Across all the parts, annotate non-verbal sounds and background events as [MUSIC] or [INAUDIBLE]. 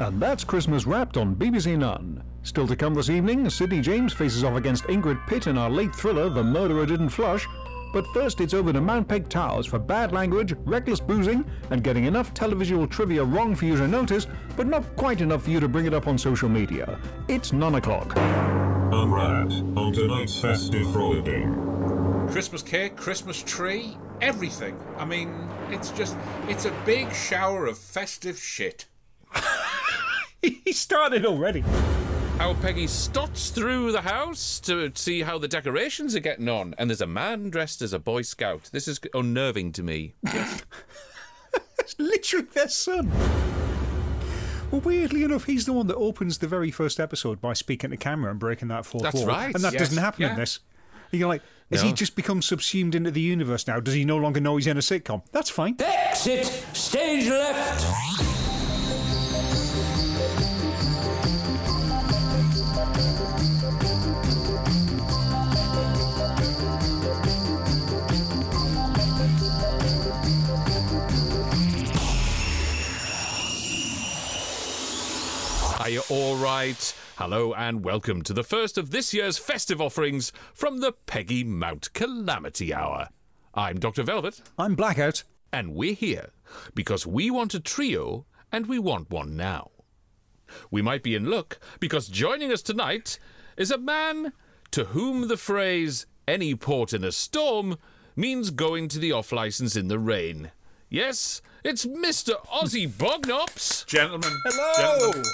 And that's Christmas Wrapped on BBC None. Still to come this evening, Sidney James faces off against Ingrid Pitt in our late thriller, The Murderer Didn't Flush. But first, it's over to Mountpeg Towers for bad language, reckless boozing, and getting enough televisual trivia wrong for you to notice, but not quite enough for you to bring it up on social media. It's nine o'clock. Unwrap on tonight's festive rollicking. Christmas cake, Christmas tree, everything. I mean, it's just, it's a big shower of festive shit. [LAUGHS] he started already. How Peggy stots through the house to see how the decorations are getting on, and there's a man dressed as a Boy Scout. This is unnerving to me. That's literally their son. Well, weirdly enough, he's the one that opens the very first episode by speaking to camera and breaking that fourth That's wall. right, And that yes, doesn't happen yeah. in this. And You're like, has he No. just become subsumed into the universe now? Does he no longer know he's in a sitcom? That's fine. Exit stage left. Are you all right? Hello and welcome to the first of this year's festive offerings from the Peggy Mount Calamity Hour. I'm Dr. Velvet, I'm Blackout. and we're here because we want a trio and we want one now. We might be in luck because joining us tonight is a man to whom the phrase any port in a storm means going to the off license in the rain. Yes, it's Mr. Ozzy Bognops. Gentlemen. Hello. Gentlemen,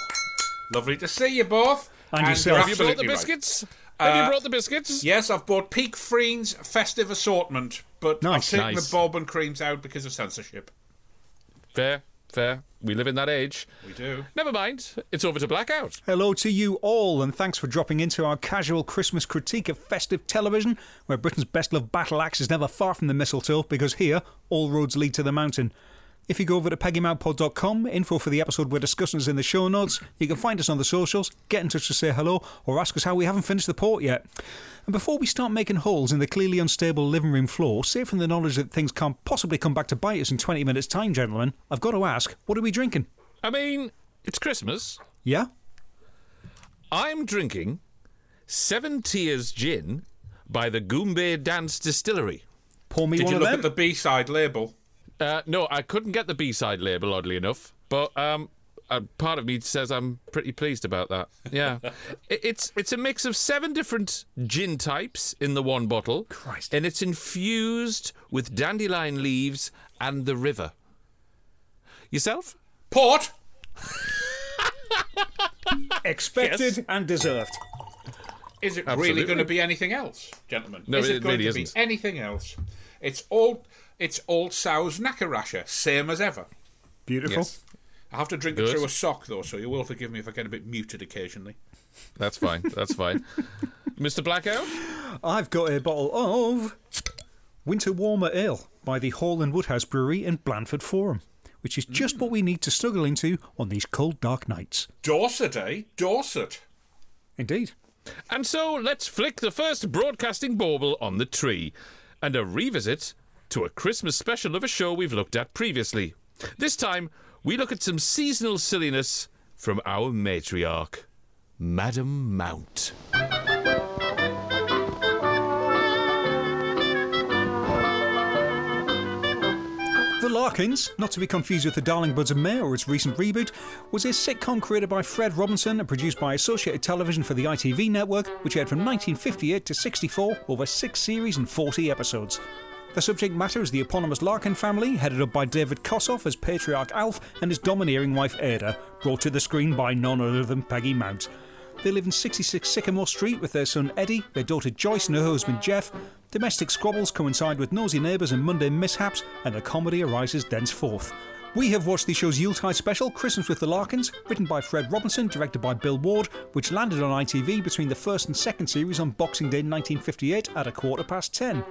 lovely to see you both. And yourself. you're Have Have you brought the absolutely right. biscuits? Have you Uh, brought the biscuits? Yes, I've bought Peak Friends festive assortment, but Nice. I've taken Nice. the bob and creams out because of censorship. Fair, fair. We live in that age. We do. Never mind. It's over to Blackout. Hello to you all, and thanks for dropping into our casual Christmas critique of festive television, where Britain's best loved battle axe is never far from the mistletoe, because here, all roads lead to the mountain. If you go over to peggymountpod.com, info for the episode we're discussing is in the show notes. You can find us on the socials, get in touch to say hello, or ask us how we haven't finished the port yet. And before we start making holes in the clearly unstable living room floor, safe from the knowledge that things can't possibly come back to bite us in 20 minutes' time, gentlemen, I've got to ask, what are we drinking? I mean, it's Christmas. Yeah? I'm drinking Seven Tears Gin by the Goombay Dance Distillery. Pour me Did one you of look them. at the B side label? Uh, no, I couldn't get the B-side label, oddly enough, but um, uh, part of me says I'm pretty pleased about that. [LAUGHS] Yeah, It- it's it's a mix of seven different gin types in the one bottle, Christ. and it's infused with dandelion leaves and the river. Yourself? Port! Expected and deserved. Is it Absolutely. really going to be anything else, gentlemen? No, is it, it going really to isn't. be anything else? It's all it's old Sow's Nakarasha, same as ever. Beautiful. I have to drink Good. it through a sock though, so you will forgive me if I get a bit muted occasionally. That's fine. That's [LAUGHS] fine. Mr. Blackout? I've got a bottle of Winter Warmer Ale by the Hall and Woodhouse Brewery in Blandford Forum, which is just what we need to snuggle into on these cold, dark nights. Dorset, eh? Dorset. Indeed. And so let's flick the first broadcasting bauble on the tree and a revisit to a Christmas special of a show we've looked at previously. This time, we look at some seasonal silliness from our matriarch, Madam Mount. The Larkins, not to be confused with The Darling Buds of May or its recent reboot, was a sitcom created by Fred Robinson and produced by Associated Television for the ITV network, which aired from 1958 to 64 over six series and 40 episodes. The subject matter is the eponymous Larkin family, headed up by David Kossoff as patriarch Alf and his domineering wife Ada, brought to the screen by none other than Peggy Mount. They live in 66 Sycamore Street with their son Eddie, their daughter Joyce, and her husband Jeff. Domestic squabbles coincide with nosy neighbours and Monday mishaps, and the comedy arises thenceforth. We have watched the show's Yuletide special, Christmas with the Larkins, written by Fred Robinson, directed by Bill Ward, which landed on ITV between the first and second series on Boxing Day 1958 at a quarter past ten.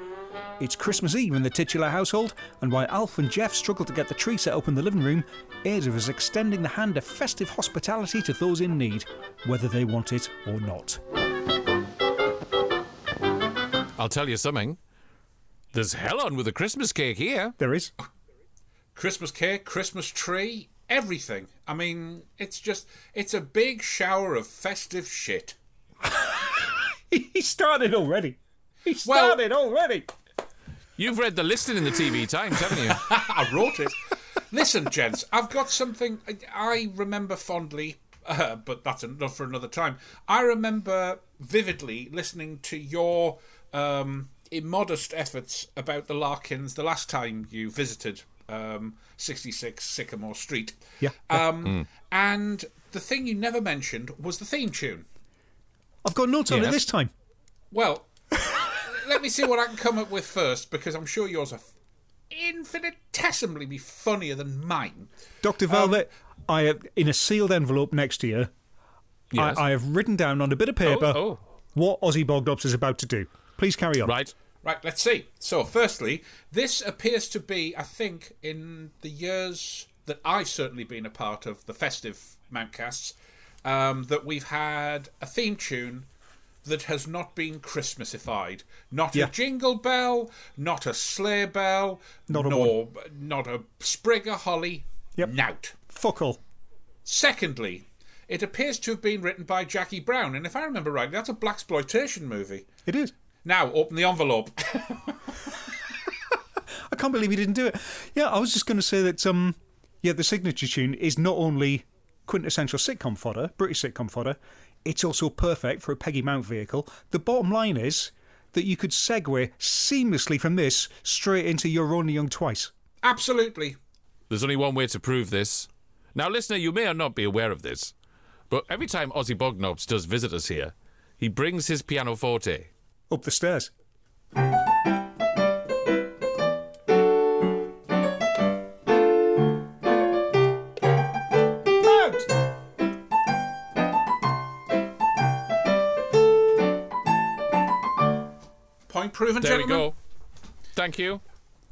It's Christmas Eve in the titular household, and while Alf and Jeff struggle to get the tree set up in the living room, Ada is extending the hand of festive hospitality to those in need, whether they want it or not. I'll tell you something. There's hell on with the Christmas cake here. There is. [LAUGHS] Christmas cake, Christmas tree, everything. I mean, it's just it's a big shower of festive shit. [LAUGHS] He started already. He Well- started already. You've read the listing in the TV Times, haven't you? I wrote it. Listen, gents, I've got something I- I remember fondly, [LAUGHS] uh, but that's enough for another time. I remember vividly listening to your um, immodest efforts about the Larkins the last time you visited um, 66 Sycamore Street. Yeah, Um, And the thing you never mentioned was the theme tune. I've got notes on it Yes. this time. Well, [LAUGHS] let me see what I can come up with first, because I'm sure yours are infinitesimally be funnier than mine. Dr. Velvet, I have, in a sealed envelope next to you, Yes. I, I have written down on a bit of paper oh. what Ozzy Bogdops is about to do. Please carry [LAUGHS] on. Right. Right, let's see. So, firstly, this appears to be, I think, in the years that I've certainly been a part of the festive Mountcasts, um, that we've had a theme tune that has not been Christmasified. Not Yeah. a jingle bell, not a sleigh bell, Not a nor not a sprig of holly. Yep. Nout. Fuck all. Secondly, it appears to have been written by Jackie Brown, and if I remember rightly, that's a black exploitation movie. It is. Now, open the envelope. I can't believe he didn't do it. Yeah, I was just going to say that. Um, yeah, the signature tune is not only quintessential sitcom fodder, British sitcom fodder, it's also perfect for a Peggy Mount vehicle. The bottom line is that you could segue seamlessly from this straight into You're Only Young Twice. Absolutely. There's only one way to prove this. Now, listener, you may or not be aware of this, but every time Ozzy Bognobs does visit us here, he brings his pianoforte. Up the stairs. Point proven, There gentlemen. we go. Thank you.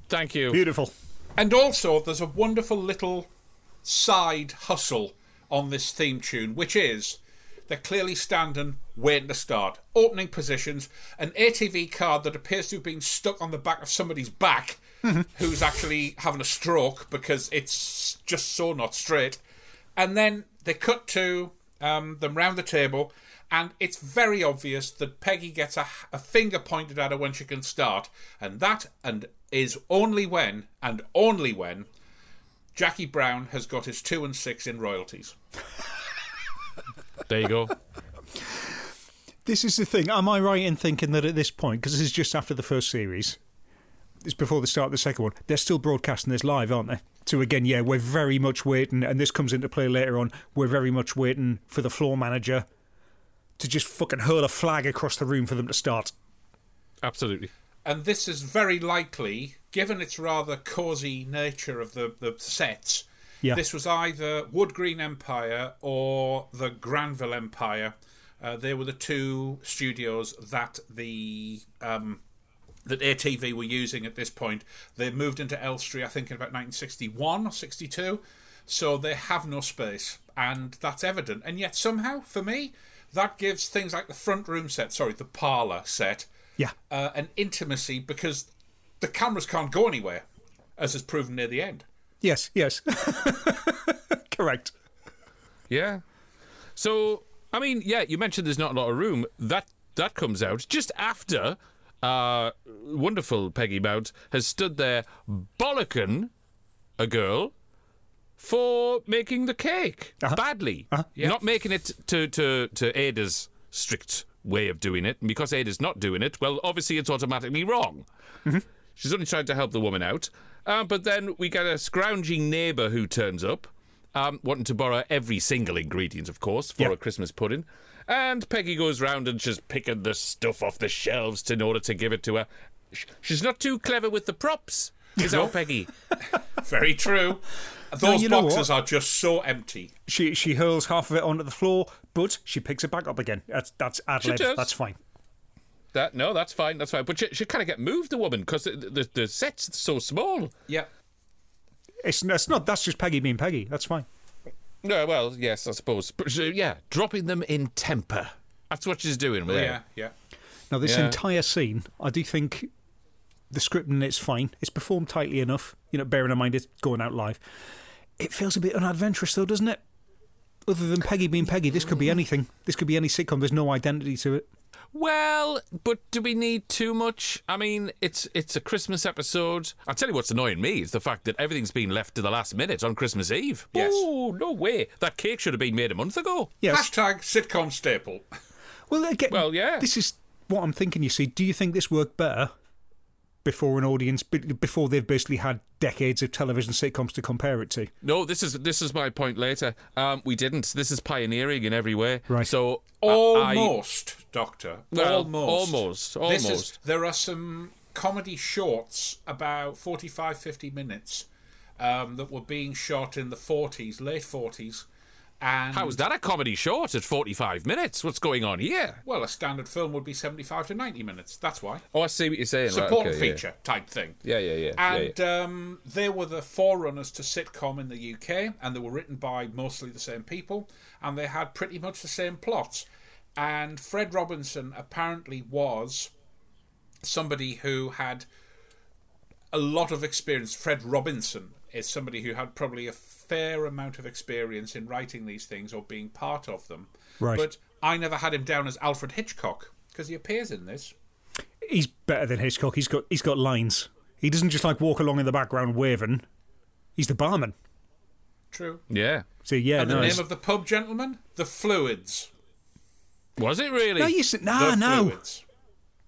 Thank you. Beautiful. And also, there's a wonderful little side hustle on this theme tune, which is they're clearly standing, waiting to start. Opening positions, an ATV card that appears to have been stuck on the back of [LAUGHS] somebody's back, who's actually having a stroke because it's just so not straight. And then they cut to um, them round the table, and it's very obvious that Peggy gets a, a finger pointed at her when she can start, and that and is only when and only when Jackie Brown has got his two and six in royalties. There you go. This is the thing. Am I right in thinking that at this point, because this is just after the first series, it's before the start of the second one, they're still broadcasting this live, aren't they? So again, yeah, we're very much waiting, and this comes into play later on. We're very much waiting for the floor manager to just fucking hurl a flag across the room for them to start. Absolutely. And this is very likely, given its rather cosy nature of the, the sets, Yeah. this was either Wood Green Empire or the Granville Empire. Uh, they were the two studios that the um, that ATV were using at this point. They moved into Elstree, I think, in about 1961 or 62. So they have no space, and that's evident. And yet, somehow, for me, that gives things like the front room set, sorry, the parlour set, Yeah. uh, an intimacy because the cameras can't go anywhere, as is proven near the end. Yes, yes. [LAUGHS] Correct. Yeah. So, I mean, yeah, you mentioned there's not a lot of room. That that comes out just after uh, wonderful Peggy Mount has stood there bollocking a girl for making the cake badly, not making it to to to Ada's strict way of doing it, and because Ada's not doing it, well, obviously it's automatically wrong. She's only trying to help the woman out. Uh, but then we get a scrounging neighbour who turns up, um, wanting to borrow every single ingredient, of course, for Yeah. a Christmas pudding. And Peggy goes round and she's picking the stuff off the shelves to- in order to give it to her. Sh- She's not too clever with the props, is our Peggy. [LAUGHS] Very true. Those you know boxes are just so empty. She she hurls half of it onto the floor, but she picks it back up again. That's that's ad lib. does. That's fine. That no, that's fine, that's fine. But she, she kind of get moved, the woman, because the, the the set's so small. Yep. It's, it's not. That's just Peggy being Peggy. That's fine. No, well, yes, I suppose. But she, yeah, dropping them in temper. That's what she's doing. With Yeah, yeah. Now, this Yeah. entire scene, I do think the script in it's fine. It's performed tightly enough, you know, bearing in mind it's going out live. It feels a bit unadventurous, though, doesn't it? Other than Peggy being Peggy, this could be anything. This could be any sitcom. There's no identity to it. Well, but do we need too much? I mean, it's it's a Christmas episode. I'll tell you what's annoying me is the fact that everything's been left to the last minute on Christmas Eve. Yes. Oh, no way. That cake should have been made a month ago. Yes. Hashtag sitcom staple. Well, again, Well, yeah. This is what I'm thinking. You see, do you think this worked better before an audience, be- before they've basically had decades of television sitcoms to compare it to? No, this is this is my point later. Um, we didn't. This is pioneering in every way. Right. So oh, I- I, Almost, Doctor. Well, almost. almost, This is, almost. there are some comedy shorts, about 45, 50 minutes, um, that were being shot in the 40s, late 40s. And how is that a comedy short at 45 minutes? What's going on here? Well, a standard film would be 75 to 90 minutes. That's why. Oh, I see what you're saying. Support feature type thing. Yeah, yeah, yeah. yeah, And Um, they were the forerunners to sitcom in the UK, and they were written by mostly the same people, and they had pretty much the same plots. And Fred Robinson apparently was somebody who had a lot of experience. Fred Robinson is somebody who had probably a fair amount of experience in writing these things or being part of them. Right. But I never had him down as Alfred Hitchcock because he appears in this. He's better than Hitchcock. He's got he's got lines. He doesn't just like walk along in the background waving. He's the barman. True. uh, yeah. So yeah, And no, the it's- name of the pub, gentlemen? The Fluids. Was it really? no, you said The no, Ah, no. Fluids.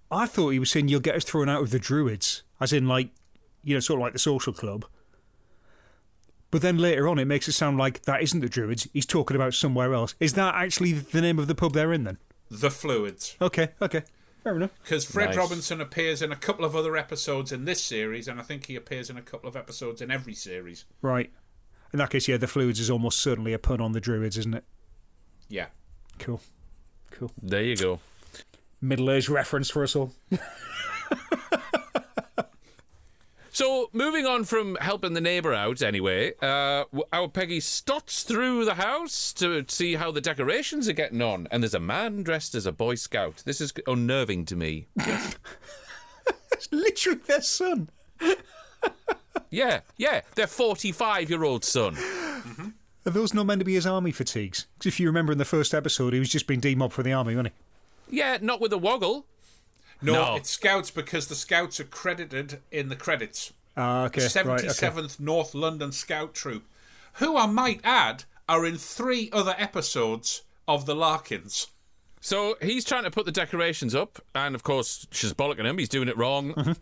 I thought he was saying you'll get us thrown out of the Druids, as in like, you know, sort of like the social club. But then later on, it makes it sound like that isn't the Druids. He's talking about somewhere else. Is that actually the name of the pub they're in then? The Fluids. Okay, okay, fair enough. Because Fred Nice. Robinson appears in a couple of other episodes in this series, and I think he appears in a couple of episodes in every series. Right. In that case, yeah, the fluids is almost certainly a pun on the Druids, isn't it? Yeah. Cool. There you go. Middle age reference for us all. So, moving on from helping the neighbour out, anyway, uh, w- our Peggy stots through the house to see how the decorations are getting on, and there's a man dressed as a Boy Scout. This is unnerving to me. It's literally their son. Yeah, yeah, their 45 year old son. Are those not meant to be his army fatigues? 'Cause if you remember in the first episode, he was just being demobbed for the army, wasn't he? Yeah, not with a woggle. No, No. it's Scouts because the Scouts are credited in the credits. Ah, okay. Right, Seventy okay. seventh North London Scout Troop, who I might add are in three other episodes of the Larkins. So he's trying to put the decorations up, and of course, she's bollocking him. He's doing it wrong.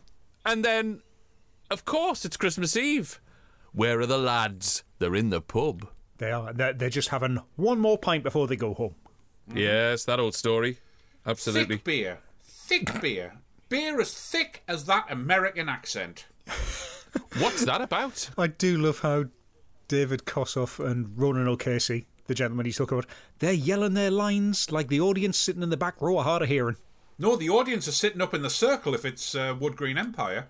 And then, of course, it's Christmas Eve. Where are the lads? They're in the pub. They are. They're, they're just having one more pint before they go home. Yes, that old story. Absolutely. Thick beer, thick beer, beer as thick as that American accent. What's that about? I do love how David Kossoff and Ronan O'Casey, the gentleman he's talking about, they're yelling their lines like the audience sitting in the back row are hard of hearing. No, the audience are sitting up in the circle if it's uh, Wood Green Empire,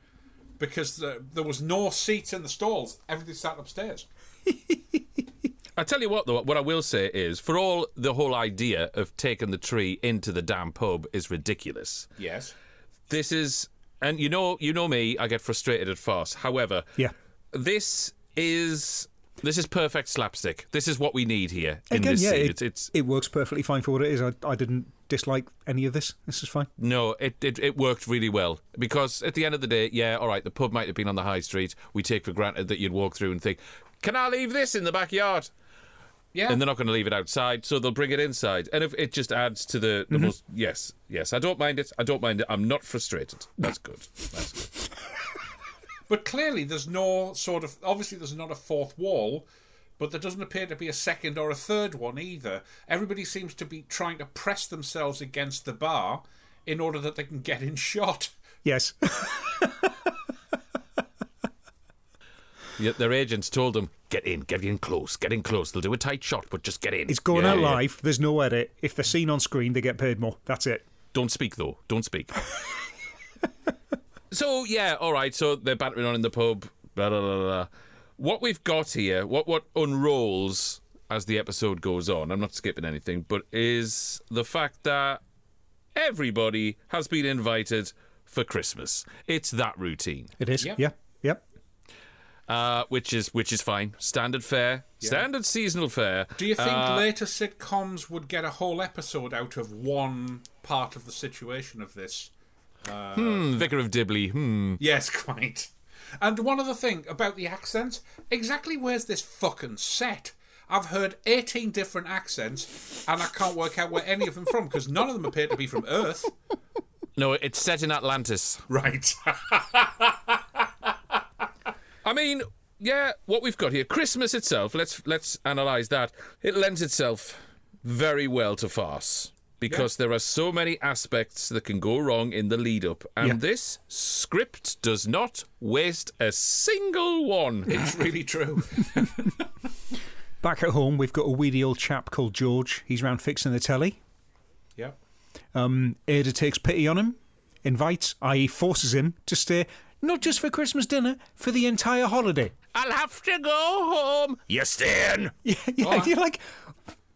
because the, there was no seats in the stalls. Everything sat upstairs. I tell you what, though, what I will say is, for all the whole idea of taking the tree into the damn pub is ridiculous. Yes. This is, and you know, you know me, I get frustrated at farce. However, Yeah. this is this is perfect slapstick. This is what we need here in Again, this yeah, scene. it, it's, it's it works perfectly fine for what it is. I, I didn't dislike any of this. This is fine. no, it, it it worked really well because at the end of the day, yeah, all right, the pub might have been on the high street. We take for granted that you'd walk through and think, "Can I leave this in the backyard?" Yeah. and they're not going to leave it outside, so they'll bring it inside. And if it just adds to the, the most, yes, yes, I don't mind it. I don't mind it. I'm not frustrated. That's good. That's good. But clearly, there's no sort of. Obviously, there's not a fourth wall, but there doesn't appear to be a second or a third one either. Everybody seems to be trying to press themselves against the bar in order that they can get in shot. Yes. Yeah, their agents told them, get in, get in close, get in close. They'll do a tight shot, but just get in. It's going Yeah, out yeah, yeah. live. There's no edit. If they're seen on screen, they get paid more. That's it. Don't speak though. Don't [LAUGHS] speak. so yeah, all right. So they're bantering on in the pub. Blah, blah, blah, blah. What we've got here, what what unrolls as the episode goes on. I'm not skipping anything, but is the fact that everybody has been invited for Christmas. It's that routine. It is. Yep. Yeah. Yep. uh, which is which is fine. Standard fare, standard seasonal fare. Do you think later sitcoms would get a whole episode out of one part of the situation of this? Hmm, Vicar of Dibley. Hmm. Yes, [LAUGHS] quite. And one other thing about the accents exactly where's this fucking set? I've heard 18 different accents, and I can't work out where any of them from because none of them appear to be from Earth. [LAUGHS] No, it's set in Atlantis. Right. I mean, yeah, what we've got here, Christmas itself. Let's let's analyze that. It lends itself very well to farce because there are so many aspects that can go wrong in the lead up, and this script does not waste a single one. [LAUGHS] it's really true. Back at home, we've got a weedy old chap called George. He's round fixing the telly. Yep. Ada takes pity on him, invites, i.e., forces him to stay not just for Christmas dinner, for the entire holiday. [LAUGHS] [LAUGHS] I'll have to go home. You stay in. Yeah, yeah, you're like,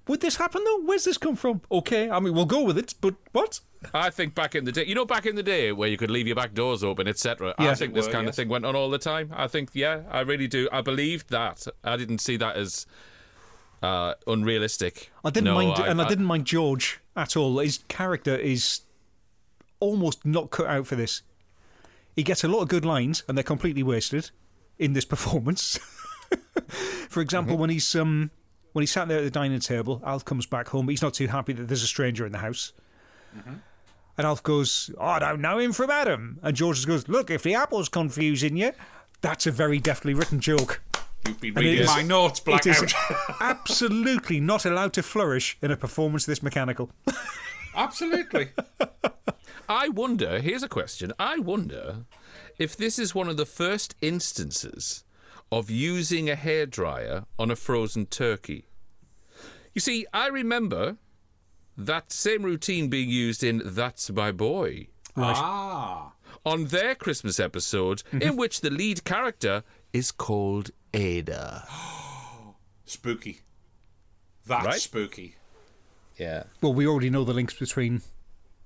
would this happen though? Where's this come from? Okay, I mean, we'll go with it, but what? I think back in the day, you know, back in the day where you could leave your back doors open, etc. I Yeah. think this Were, kind of yes. thing went on all the time. I think, yeah, I really do. I believed that. I didn't see that as uh, unrealistic. I didn't No, mind, and I, I- didn't mind George at all. His character is almost not cut out for this. He gets a lot of good lines, and they're completely wasted in this [LAUGHS] performance. for example, when he's um, when he's sat there at the dining table, Alf comes back home. He's not too happy that there's a stranger in the house. Mm-hmm. And Alf goes, I don't know him from Adam. And George goes, Look, if the apple's confusing you, that's a very deftly written joke. You've been it reading is- my notes, It is Blackout. [LAUGHS] absolutely not allowed to flourish in a performance this mechanical. Absolutely. [LAUGHS] I wonder, here's a question. I wonder if this is one of the first instances of using a hairdryer on a frozen turkey. You see, I remember that same routine being used in That's My Boy Ah. on their Christmas episode, Mm-hmm. in which the lead character is called Ada. Spooky. That's Right? spooky. Yeah. Well, we already know the links between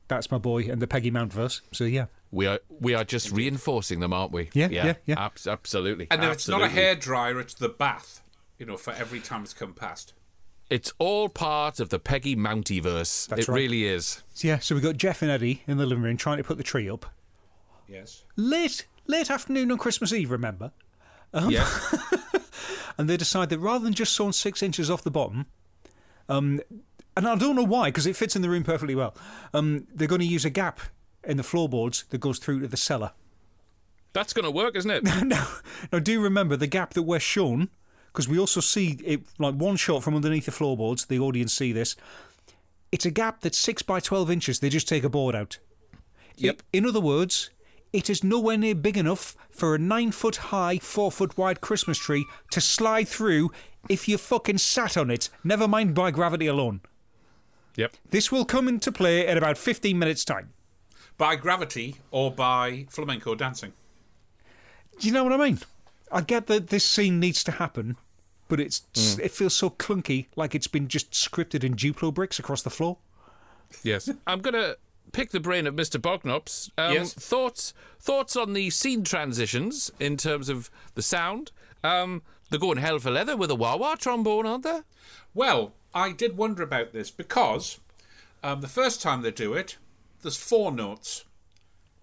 That's My Boy and the Peggy Mount verse, so yeah. We are we are just reinforcing them, aren't we? Yeah, yeah, yeah. abs- absolutely. And if it's not a absolutely. hairdryer, it's the bath, you know, for every time it's come past. It's all part of the Peggy Mountyverse. That's it right. really is. So, yeah, so we got Jeff and Eddie in the living room trying to put the tree up. Yes. Late, late afternoon on Christmas Eve, remember? Um, Yes. [LAUGHS] And they decide that rather than just sawing six inches off the bottom, um, and I don't know why, because it fits in the room perfectly well, um, they're going to use a gap in the floorboards that goes through to the cellar. That's going to work, isn't [LAUGHS] it? Now, now do remember the gap that we're shown because we also see it like one shot from underneath the floorboards. The audience see this. It's a gap that's six by twelve inches. They just take a board out. Yep. I- in other words, it is nowhere near big enough for a nine foot high, four foot wide Christmas tree to slide through if you fucking sat on it. Never mind by gravity alone. Yep. This will come into play in about fifteen minutes time. By gravity or by flamenco dancing. Do you know what I mean? I get that this scene needs to happen, but it's Mm. it feels so clunky, like it's been just scripted in Duplo bricks across the floor. Yes. I'm going to pick the brain of Mr. Bognops. Um, Yes. Thoughts thoughts on the scene transitions in terms of the sound. Um, they're going hell for leather with a wah wah trombone, aren't they? Well, I did wonder about this because um, the first time they do it, there's four notes.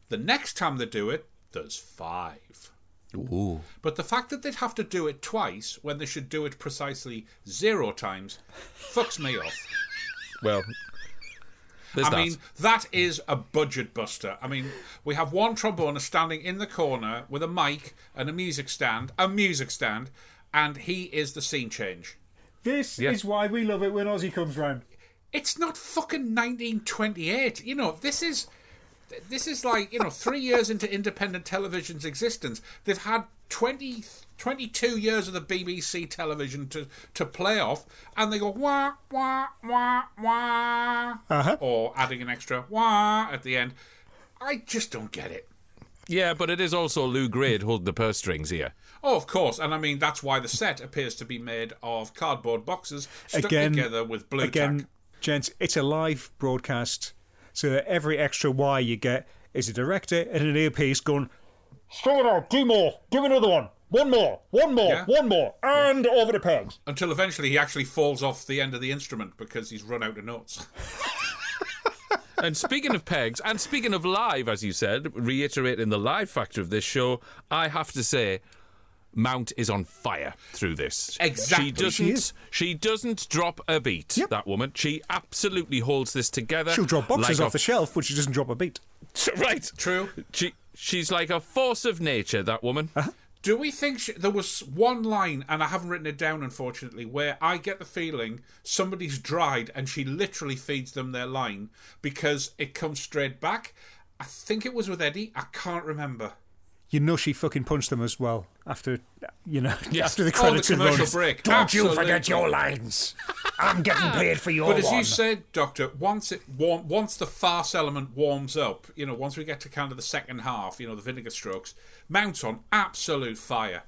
The next time they do it, there's five. Ooh. But the fact that they'd have to do it twice when they should do it precisely zero times fucks me off. Well, there's I that. mean, that is a budget buster. I mean, we have one trombonist standing in the corner with a mic and a music stand, a music stand, and he is the scene change. This Yeah. is why we love it when Ozzy comes round. It's not fucking 1928. You know, this is this is like, you know, 3 years into independent television's existence. They've had 20 22 years of the BBC television to to play off and they go wah wah wah wah Uh-huh. or adding an extra wah at the end. I just don't get it. yeah, but it is also Lou Grade holding the purse strings here. Oh, of course, and I mean that's why the set appears to be made of cardboard boxes stuck Again- together with blue Again, tack. gents, it's a live broadcast, so every extra why you get is a director and an earpiece going, "Strong enough, do more, give another one." One more, one more, Yeah. one more, and over the pegs. Until eventually he actually falls off the end of the instrument because he's run out of notes. [LAUGHS] And speaking of pegs, and speaking of live, as you said, reiterating the live factor of this show, I have to say, Mount is on fire through this. Exactly. She She doesn't. is. She, doesn't drop a beat. Yep. That woman. She absolutely holds this together. She'll drop boxes like off the shelf, but she doesn't drop a beat. a, [LAUGHS] right. True. She she's like a force of nature. That woman. Do we think she, there was one line, and I haven't written it down, unfortunately, where I get the feeling somebody's dried and she literally feeds them their line because it comes straight back? I think it was with Eddie. I can't remember. You know she fucking punched them as well after, you know, [LAUGHS] after the Oh, the credits had commercial run. break. Don't you Absolutely. forget your lines. I'm getting [LAUGHS] paid for your But as one. you said, Doctor, once it warm, once the farce element warms up, you know, once we get to kind of the second half, you know, the vinegar strokes, Mount's on absolute fire.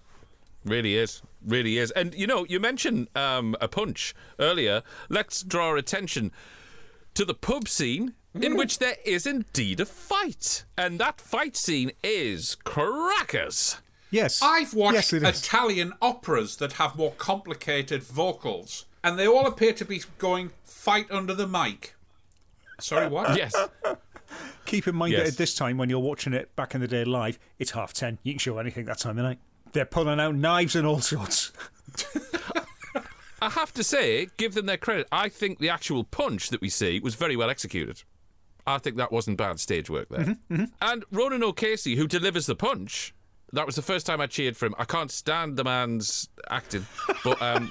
Really is. Really is. And you know, you mentioned um, a punch earlier. Let's draw attention to the pub scene in which there is indeed a fight. And that fight scene is crackers. Yes. I've watched Yes, it is. Italian operas that have more complicated vocals, and they all appear to be going fight under the mic. Sorry, what? Yes. Keep in mind that Yes. at this time, when you're watching it back in the day live, it's half ten. You can show anything that time of night. They're pulling out knives and all sorts. [LAUGHS] I have to say, give them their credit. I think the actual punch that we see was very well executed. I think that wasn't bad stage work there. And Ronan O'Casey, who delivers the punch, that was the first time I cheered for him. I can't stand the man's acting, but um,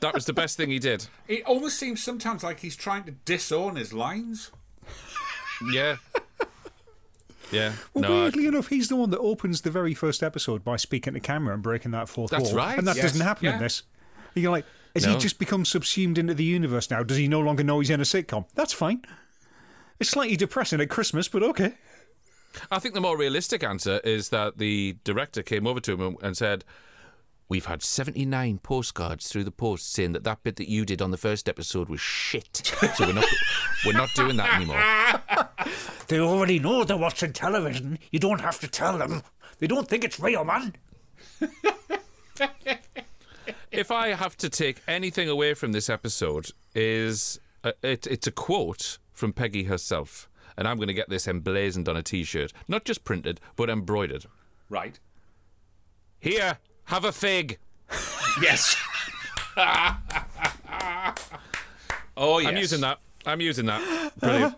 that was the best thing he did. It almost seems sometimes like he's trying to disown his lines. Yeah. Yeah. Well, no, I- weirdly enough, he's the one that opens the very first episode by speaking to camera and breaking that fourth That's wall. right, And that yes, doesn't happen yeah. in this. And you're like, has No. he just become subsumed into the universe now? Does he no longer know he's in a sitcom? That's fine. It's slightly depressing at Christmas, but okay. I think the more realistic answer is that the director came over to him and- and said, We've had 79 postcards through the post saying that that bit that you did on the first episode was shit. So we're not, [LAUGHS] we're not doing that anymore. They already know they're watching television. You don't have to tell them. They don't think it's real, man. if I have to take anything away from this episode, is uh, it, it's a quote from Peggy herself, and I'm going to get this emblazoned on a T-shirt, not just printed but embroidered. Right. Here, have a fig. Yes. oh, yes. I'm using that. I'm using that. [LAUGHS] Brilliant.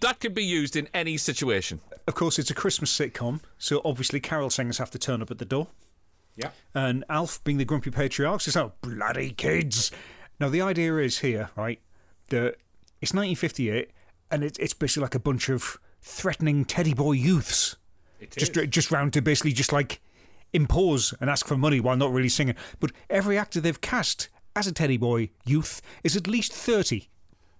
that could be used in any situation. Of course, it's a Christmas sitcom, so obviously carol singers have to turn up at the door. [LAUGHS] Yeah. and Alf being the grumpy patriarch says, "Oh, bloody kids!" Now the idea is here, right? That it's 1958, and it, it's basically like a bunch of threatening teddy boy youths, It just is. just round to basically just like impose and ask for money while not really singing. But every actor they've cast as a teddy boy youth is at least 30.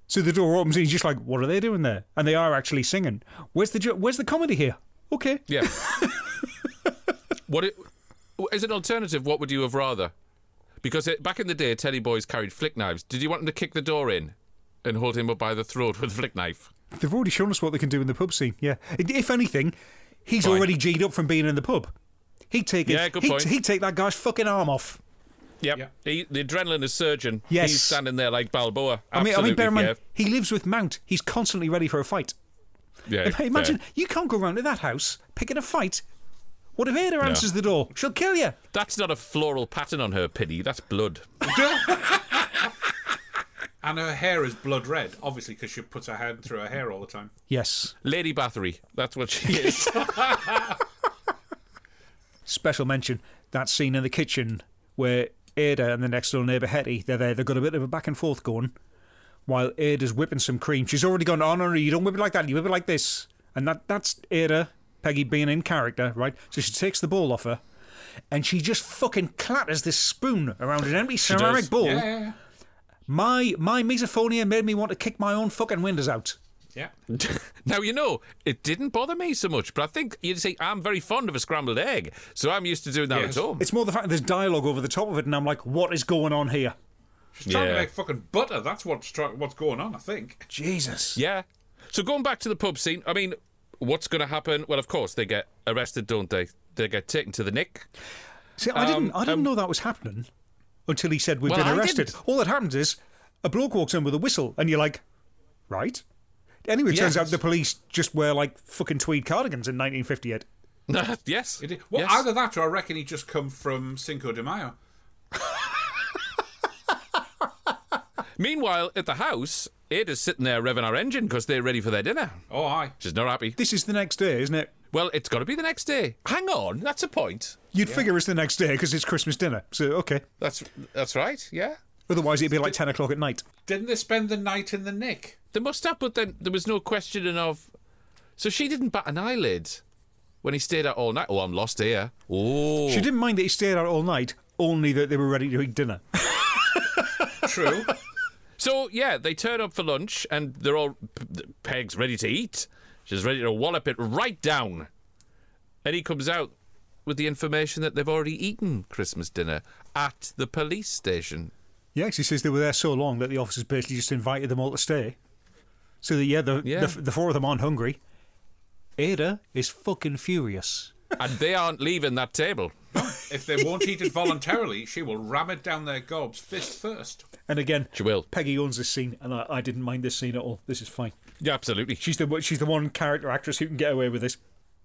So the door opens and he's just like, "What are they doing there?" And they are actually singing. Where's the jo- where's the comedy here? Okay, [LAUGHS] Yeah. what it, as an alternative? What would you have rather? Because it, back in the day, Teddy boys carried flick knives. Did you want them to kick the door in and hold him up by the throat with a flick knife? They've already shown us what they can do in the pub scene. Yeah. If anything, he's Fine. already G'd up from being in the pub. He'd take it. Yeah, good he'd, point. he'd take that guy's fucking arm off. Yep. Yeah. He, the adrenaline is surging. Yes. He's standing there like Balboa. I mean, I mean, Absolutely, bear in mind, yeah. he lives with Mount. He's constantly ready for a fight. Yeah, fair. Imagine you can't go round to that house picking a fight. What if Ada answers the door? She'll kill you. That's not a floral pattern on her pity. That's blood. And her hair is blood red, obviously, because she puts her hand through her hair all the time. Yes. Lady Bathory. That's what [LAUGHS] she is. Special mention that scene in the kitchen where Ada and the next door neighbour Hetty they're there. They've got a bit of a back and forth going. While Ada's whipping some cream, she's already gone. Oh no, no, you don't whip it like that. You whip it like this, and that that's Ada Peggy being in character, right? So she takes the ball off her, and she just fucking clatters this spoon around an empty ceramic does. bowl. Yeah. My my misophonia made me want to kick my own fucking windows out. Yeah. [LAUGHS] now, you know, it didn't bother me so much, but I think, you see, I'm very fond of a scrambled egg, so I'm used to doing that Yes. at home. It's more the fact that there's dialogue over the top of it, and I'm like, what is going on here? She's trying Yeah. to make fucking butter. That's what's, try- what's going on, I think. Jesus. Yeah. So going back to the pub scene, I mean, what's going to happen? Well, of course, they get arrested, don't they? They get taken to the nick. [LAUGHS] See, I didn't, I didn't know that was happening until he said we've Um, Well, been I arrested. didn't. All that happens is a bloke walks in with a whistle, and you're like, right. Anyway, it turns out Yes. the police just wear like fucking tweed cardigans in 1958. yes. It is. Well, yes. either that or I reckon he just come from Cinco de Mayo. Meanwhile, at the house, Ada's sitting there revving our engine because they're ready for their dinner. Oh, aye. She's not happy. This is the next day, isn't it? Well, it's got to be the next day. Hang on, that's a point. You'd figure it's the next day because it's Christmas dinner. So okay. That's that's right. Yeah. Otherwise, it'd be like 10 o'clock at night. Didn't they spend the night in the Nick? They must have, but then there was no questioning of. So she didn't bat an eyelid when he stayed out all night. Oh, I'm lost here. Oh, She didn't mind that he stayed out all night, only that they were ready to eat dinner. True. So yeah, they turn up for lunch and they're all p- p- pegs ready to eat. She's ready to wallop it right down, and he comes out with the information that they've already eaten Christmas dinner at the police station. Yeah, 'cause he says they were there so long that the officers basically just invited them all to stay. So that, yeah, the, Yeah. The, the four of them aren't hungry. Ada is fucking furious. And they aren't leaving that table. if they [LAUGHS] won't eat it voluntarily, she will ram it down their gobs fist first. And again, She will. Peggy owns this scene, and I, I didn't mind this scene at all. This is fine. Yeah, absolutely. She's the she's the one character actress who can get away with this.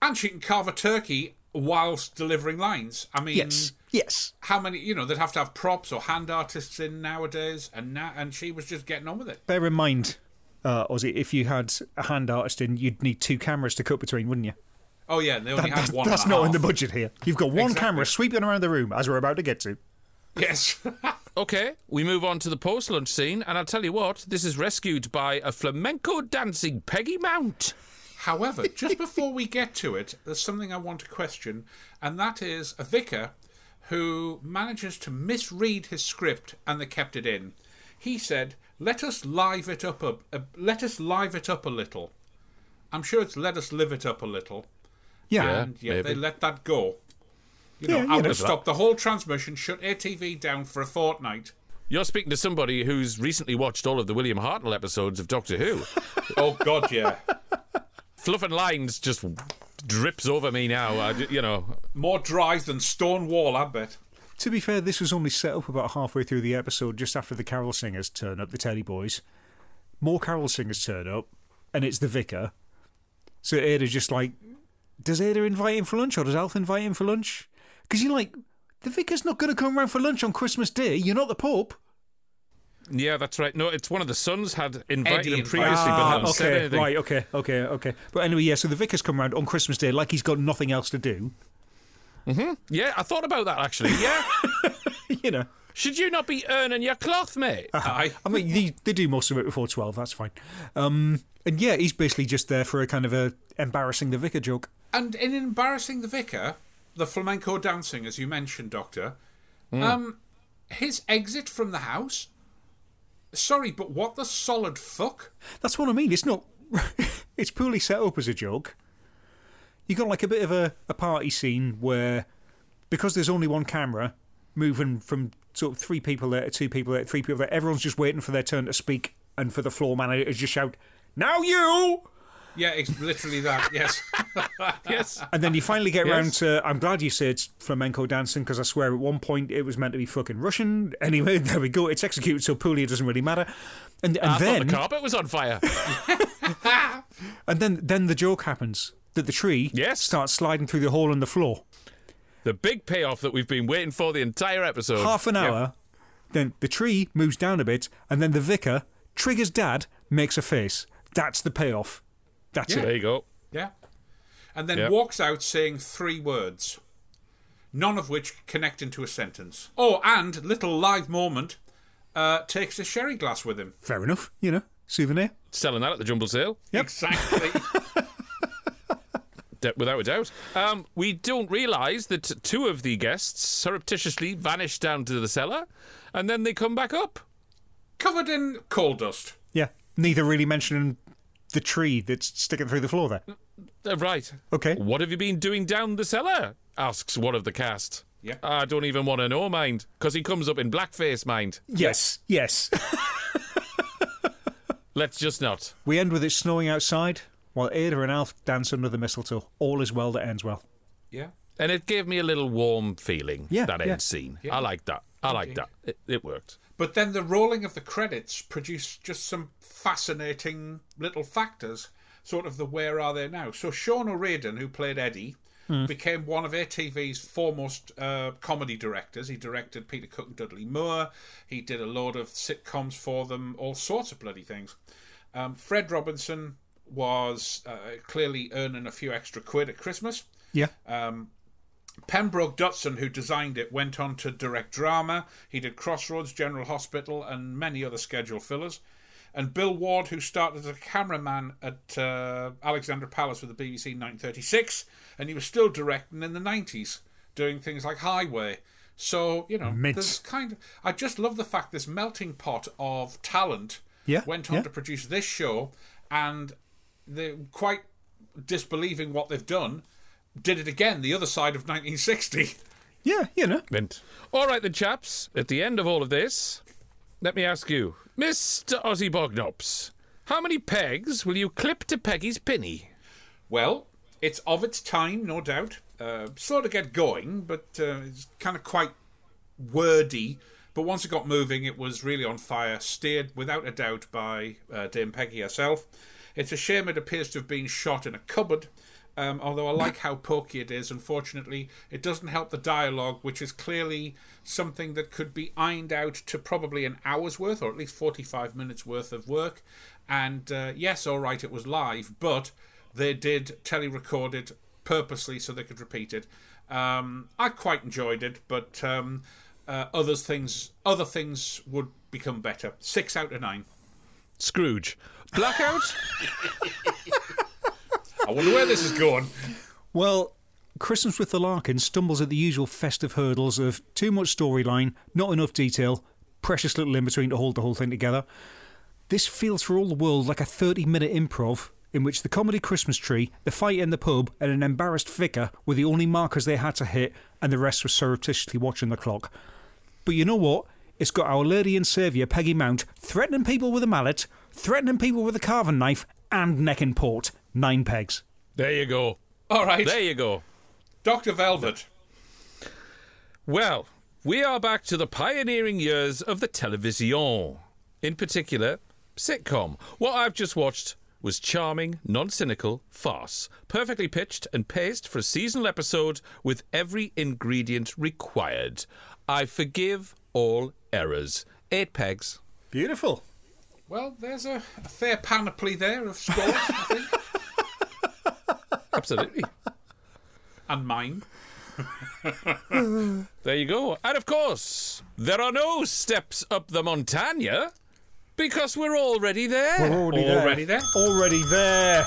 And she can carve a turkey whilst delivering lines. I mean, Mm. yes. how many, you know, they'd have to have props or hand artists in nowadays, and na- and she was just getting on with it. Bear in mind, uh, Ozzy, if you had a hand artist in, you'd need two cameras to cut between, wouldn't you? Oh, yeah, and they only had That's, one. that's and a not in the half. budget here. You've got one Exactly. camera sweeping around the room, as we're about to get to. Yes. [LAUGHS] Okay, we move on to the post lunch scene, and I'll tell you what, this is rescued by a flamenco dancing Peggy Mount. However, just before we get to it, there's something I want to question, and that is a vicar who manages to misread his script, and they kept it in. He said, "Let us live it up a, a let us live it up a little." I'm sure it's "let us live it up a little," Yeah. and yet they maybe. let that go. You know, Yeah, I yeah, would have that's stopped the whole transmission, shut ATV down for a fortnight. You're speaking to somebody who's recently watched all of the William Hartnell episodes of Doctor [LAUGHS] Who. Oh God, yeah. Fluff and lines just drips over me now. I, ju- you know, More dry than Stonewall, [LAUGHS] I bet. To be fair, this was only set up about halfway through the episode, just after the carol singers turn up, the Teddy Boys. More carol singers turn up, and it's the vicar. So Ada's just like, does Ada invite him for lunch, or does Alf invite him for lunch? Because you're like, the vicar's not going to come round for lunch on Christmas Day. You're not the Pope. yeah, that's right. No, it's one of the sons had invited Eddie him invited previously, but Ah, hadn't said okay, anything. right, okay, okay, okay. But anyway, yeah. So the vicar's come round on Christmas Day, like he's got nothing else to do. [LAUGHS] Yeah, I thought about that [LAUGHS] actually. Yeah, you know, should you not be earning your cloth, mate? [LAUGHS] Aye. I mean, they, they do most of it before 12, that's fine. Um, and yeah, he's basically just there for a kind of a embarrassing the vicar joke. And in embarrassing the vicar, the flamenco dancing, as you mentioned, Doctor, um, his exit from the house. Sorry, but what the solid fuck? That's what I mean. It's not, [LAUGHS] it's poorly set up as a joke. you got like a bit of a, a party scene where, because there's only one camera, moving from sort of three people there to two people there to three people there, everyone's just waiting for their turn to speak and for the floor manager to just shout, Now you! Yeah, it's literally that. [LAUGHS] Yes, yes. And then you finally get Yes. round to. I'm glad you said flamenco dancing because I swear at one point it was meant to be fucking Russian. Anyway, [LAUGHS] there we go. It's executed so poorly it doesn't really matter. And, and I then thought the carpet was on fire. and then then the joke happens that the tree Yes. starts sliding through the hole in the floor. the big payoff that we've been waiting for the entire episode. Half an hour, then the tree moves down a bit, and then the vicar triggers dad makes a face. That's the payoff. That's There it. you go. yeah. And then Yep. walks out saying three words, none of which connect into a sentence. Oh, and little live moment, uh, takes a sherry glass with him. Fair enough. You know, souvenir. Selling that at the jumble sale. Exactly. De- without a doubt. Um, we don't realise that two of the guests surreptitiously vanish down to the cellar, and then they come back up. Covered in coal dust. Yeah. Neither really mentioning the tree that's sticking through the floor there. Uh, right. Okay. What have you been doing down the cellar? asks one of the cast. Yep. I don't even want to know, mind, because he comes up in blackface, mind. Yes. Yes. [LAUGHS] Let's just not. We end with it snowing outside while Ada and Alf dance under the mistletoe. All is well that ends well. Yeah. and it gave me a little warm feeling. Yeah, that end yeah. scene. I like that. I like that. It, it worked. But then the rolling of the credits produced just some fascinating little factors, sort of the where are they now. So Sean O'Riordan, who played Eddie, became one of ATV's foremost uh, comedy directors. He directed Peter Cook and Dudley Moore. He did a load of sitcoms for them, all sorts of bloody things. Um, Fred Robinson was uh, clearly earning a few extra quid at Christmas. Yeah. Pembroke Dutson, who designed it, went on to direct drama. He did Crossroads, General Hospital, and many other schedule fillers. And Bill Ward, who started as a cameraman at uh, Alexandra Palace with the BBC in 1936, and he was still directing in the 90s, doing things like Highway. So, you know, Immense. there's kind of. I just love the fact this melting pot of talent Yeah, went on yeah. to produce this show, and they're quite disbelieving what they've done, did it again, the other side of 1960. yeah, you know. Mint. All right, then, chaps. At the end of all of this, let me ask you, Mr. Ozzy Bognops, how many pegs will you clip to Peggy's pinny? [LAUGHS] Well, it's of its time, no doubt. Uh, sort of get going, but uh, it's kind of quite wordy. But once it got moving, it was really on fire, steered without a doubt by uh, Dame Peggy herself. It's a shame it appears to have been shot in a cupboard, um, although I like how pokey it is. Unfortunately, it doesn't help the dialogue, which is clearly something that could be ironed out to probably an hour's worth, or at least 45 minutes worth of work. And uh, yes, all right, it was live, but they did tele-record it purposely so they could repeat it. Um, I quite enjoyed it, but um, uh, others things other things would become better. Six out of nine. Scrooge. Blackout? I wonder where this is going. Well, Christmas with the Larkins stumbles at the usual festive hurdles of too much storyline, not enough detail, precious little in between to hold the whole thing together. This feels for all the world like a 30 minute improv in which the comedy Christmas tree, the fight in the pub, and an embarrassed vicar were the only markers they had to hit, and the rest were surreptitiously watching the clock. But you know what? It's got Our Lady and Saviour Peggy Mount threatening people with a mallet, threatening people with a carving knife, and neck and port. Nine pegs. there you go. [LAUGHS] All right, There you go. Doctor Velvet. Well, we are back to the pioneering years of the television. In particular, sitcom. What I've just watched was charming, non cynical farce, perfectly pitched and paced for a seasonal episode with every ingredient required. I forgive all errors. Eight pegs. Beautiful. Well, there's a, a fair panoply there of scores, I [LAUGHS] think, [LAUGHS] Absolutely. and mine. there you go. And of course, there are no steps up the montagne because we're already there. Already there. Already there. Already there.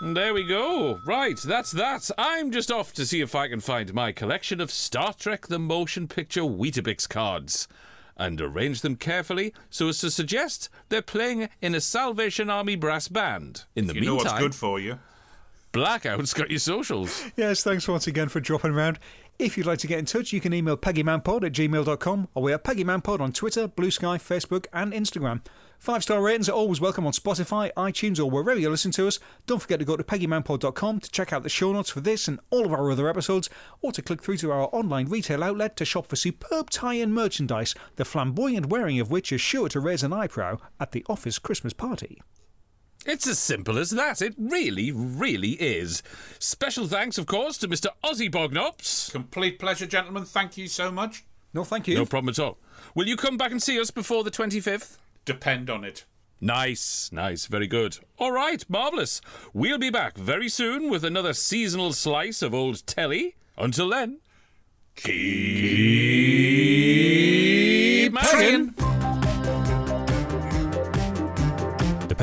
There we go. Right, that's that. I'm just off to see if I can find my collection of Star Trek the Motion Picture Weetabix cards and arrange them carefully so as to suggest they're playing in a Salvation Army brass band. In the You know what's meantime, good for you. Blackout's got your socials. Yes, thanks once again for dropping around. If you'd like to get in touch, you can email peggymanpod at gmail.com or we are peggymanpod on Twitter, Blue Sky, Facebook, and Instagram. Five star ratings are always welcome on Spotify, iTunes, or wherever you listen to us. Don't forget to go to peggymanpod.com to check out the show notes for this and all of our other episodes, or to click through to our online retail outlet to shop for superb tie in merchandise, the flamboyant wearing of which is sure to raise an eyebrow at the office Christmas party. It's as simple as that. It really, really is. Special thanks, of course, to Mr. Ozzy Bognops. Complete pleasure, gentlemen. Thank you so much. No, thank you. No problem at all. Will you come back and see us before the 25th? Depend on it. Nice, nice, very good. All right, marvellous. We'll be back very soon with another seasonal slice of old telly. Until then, keep Praying. The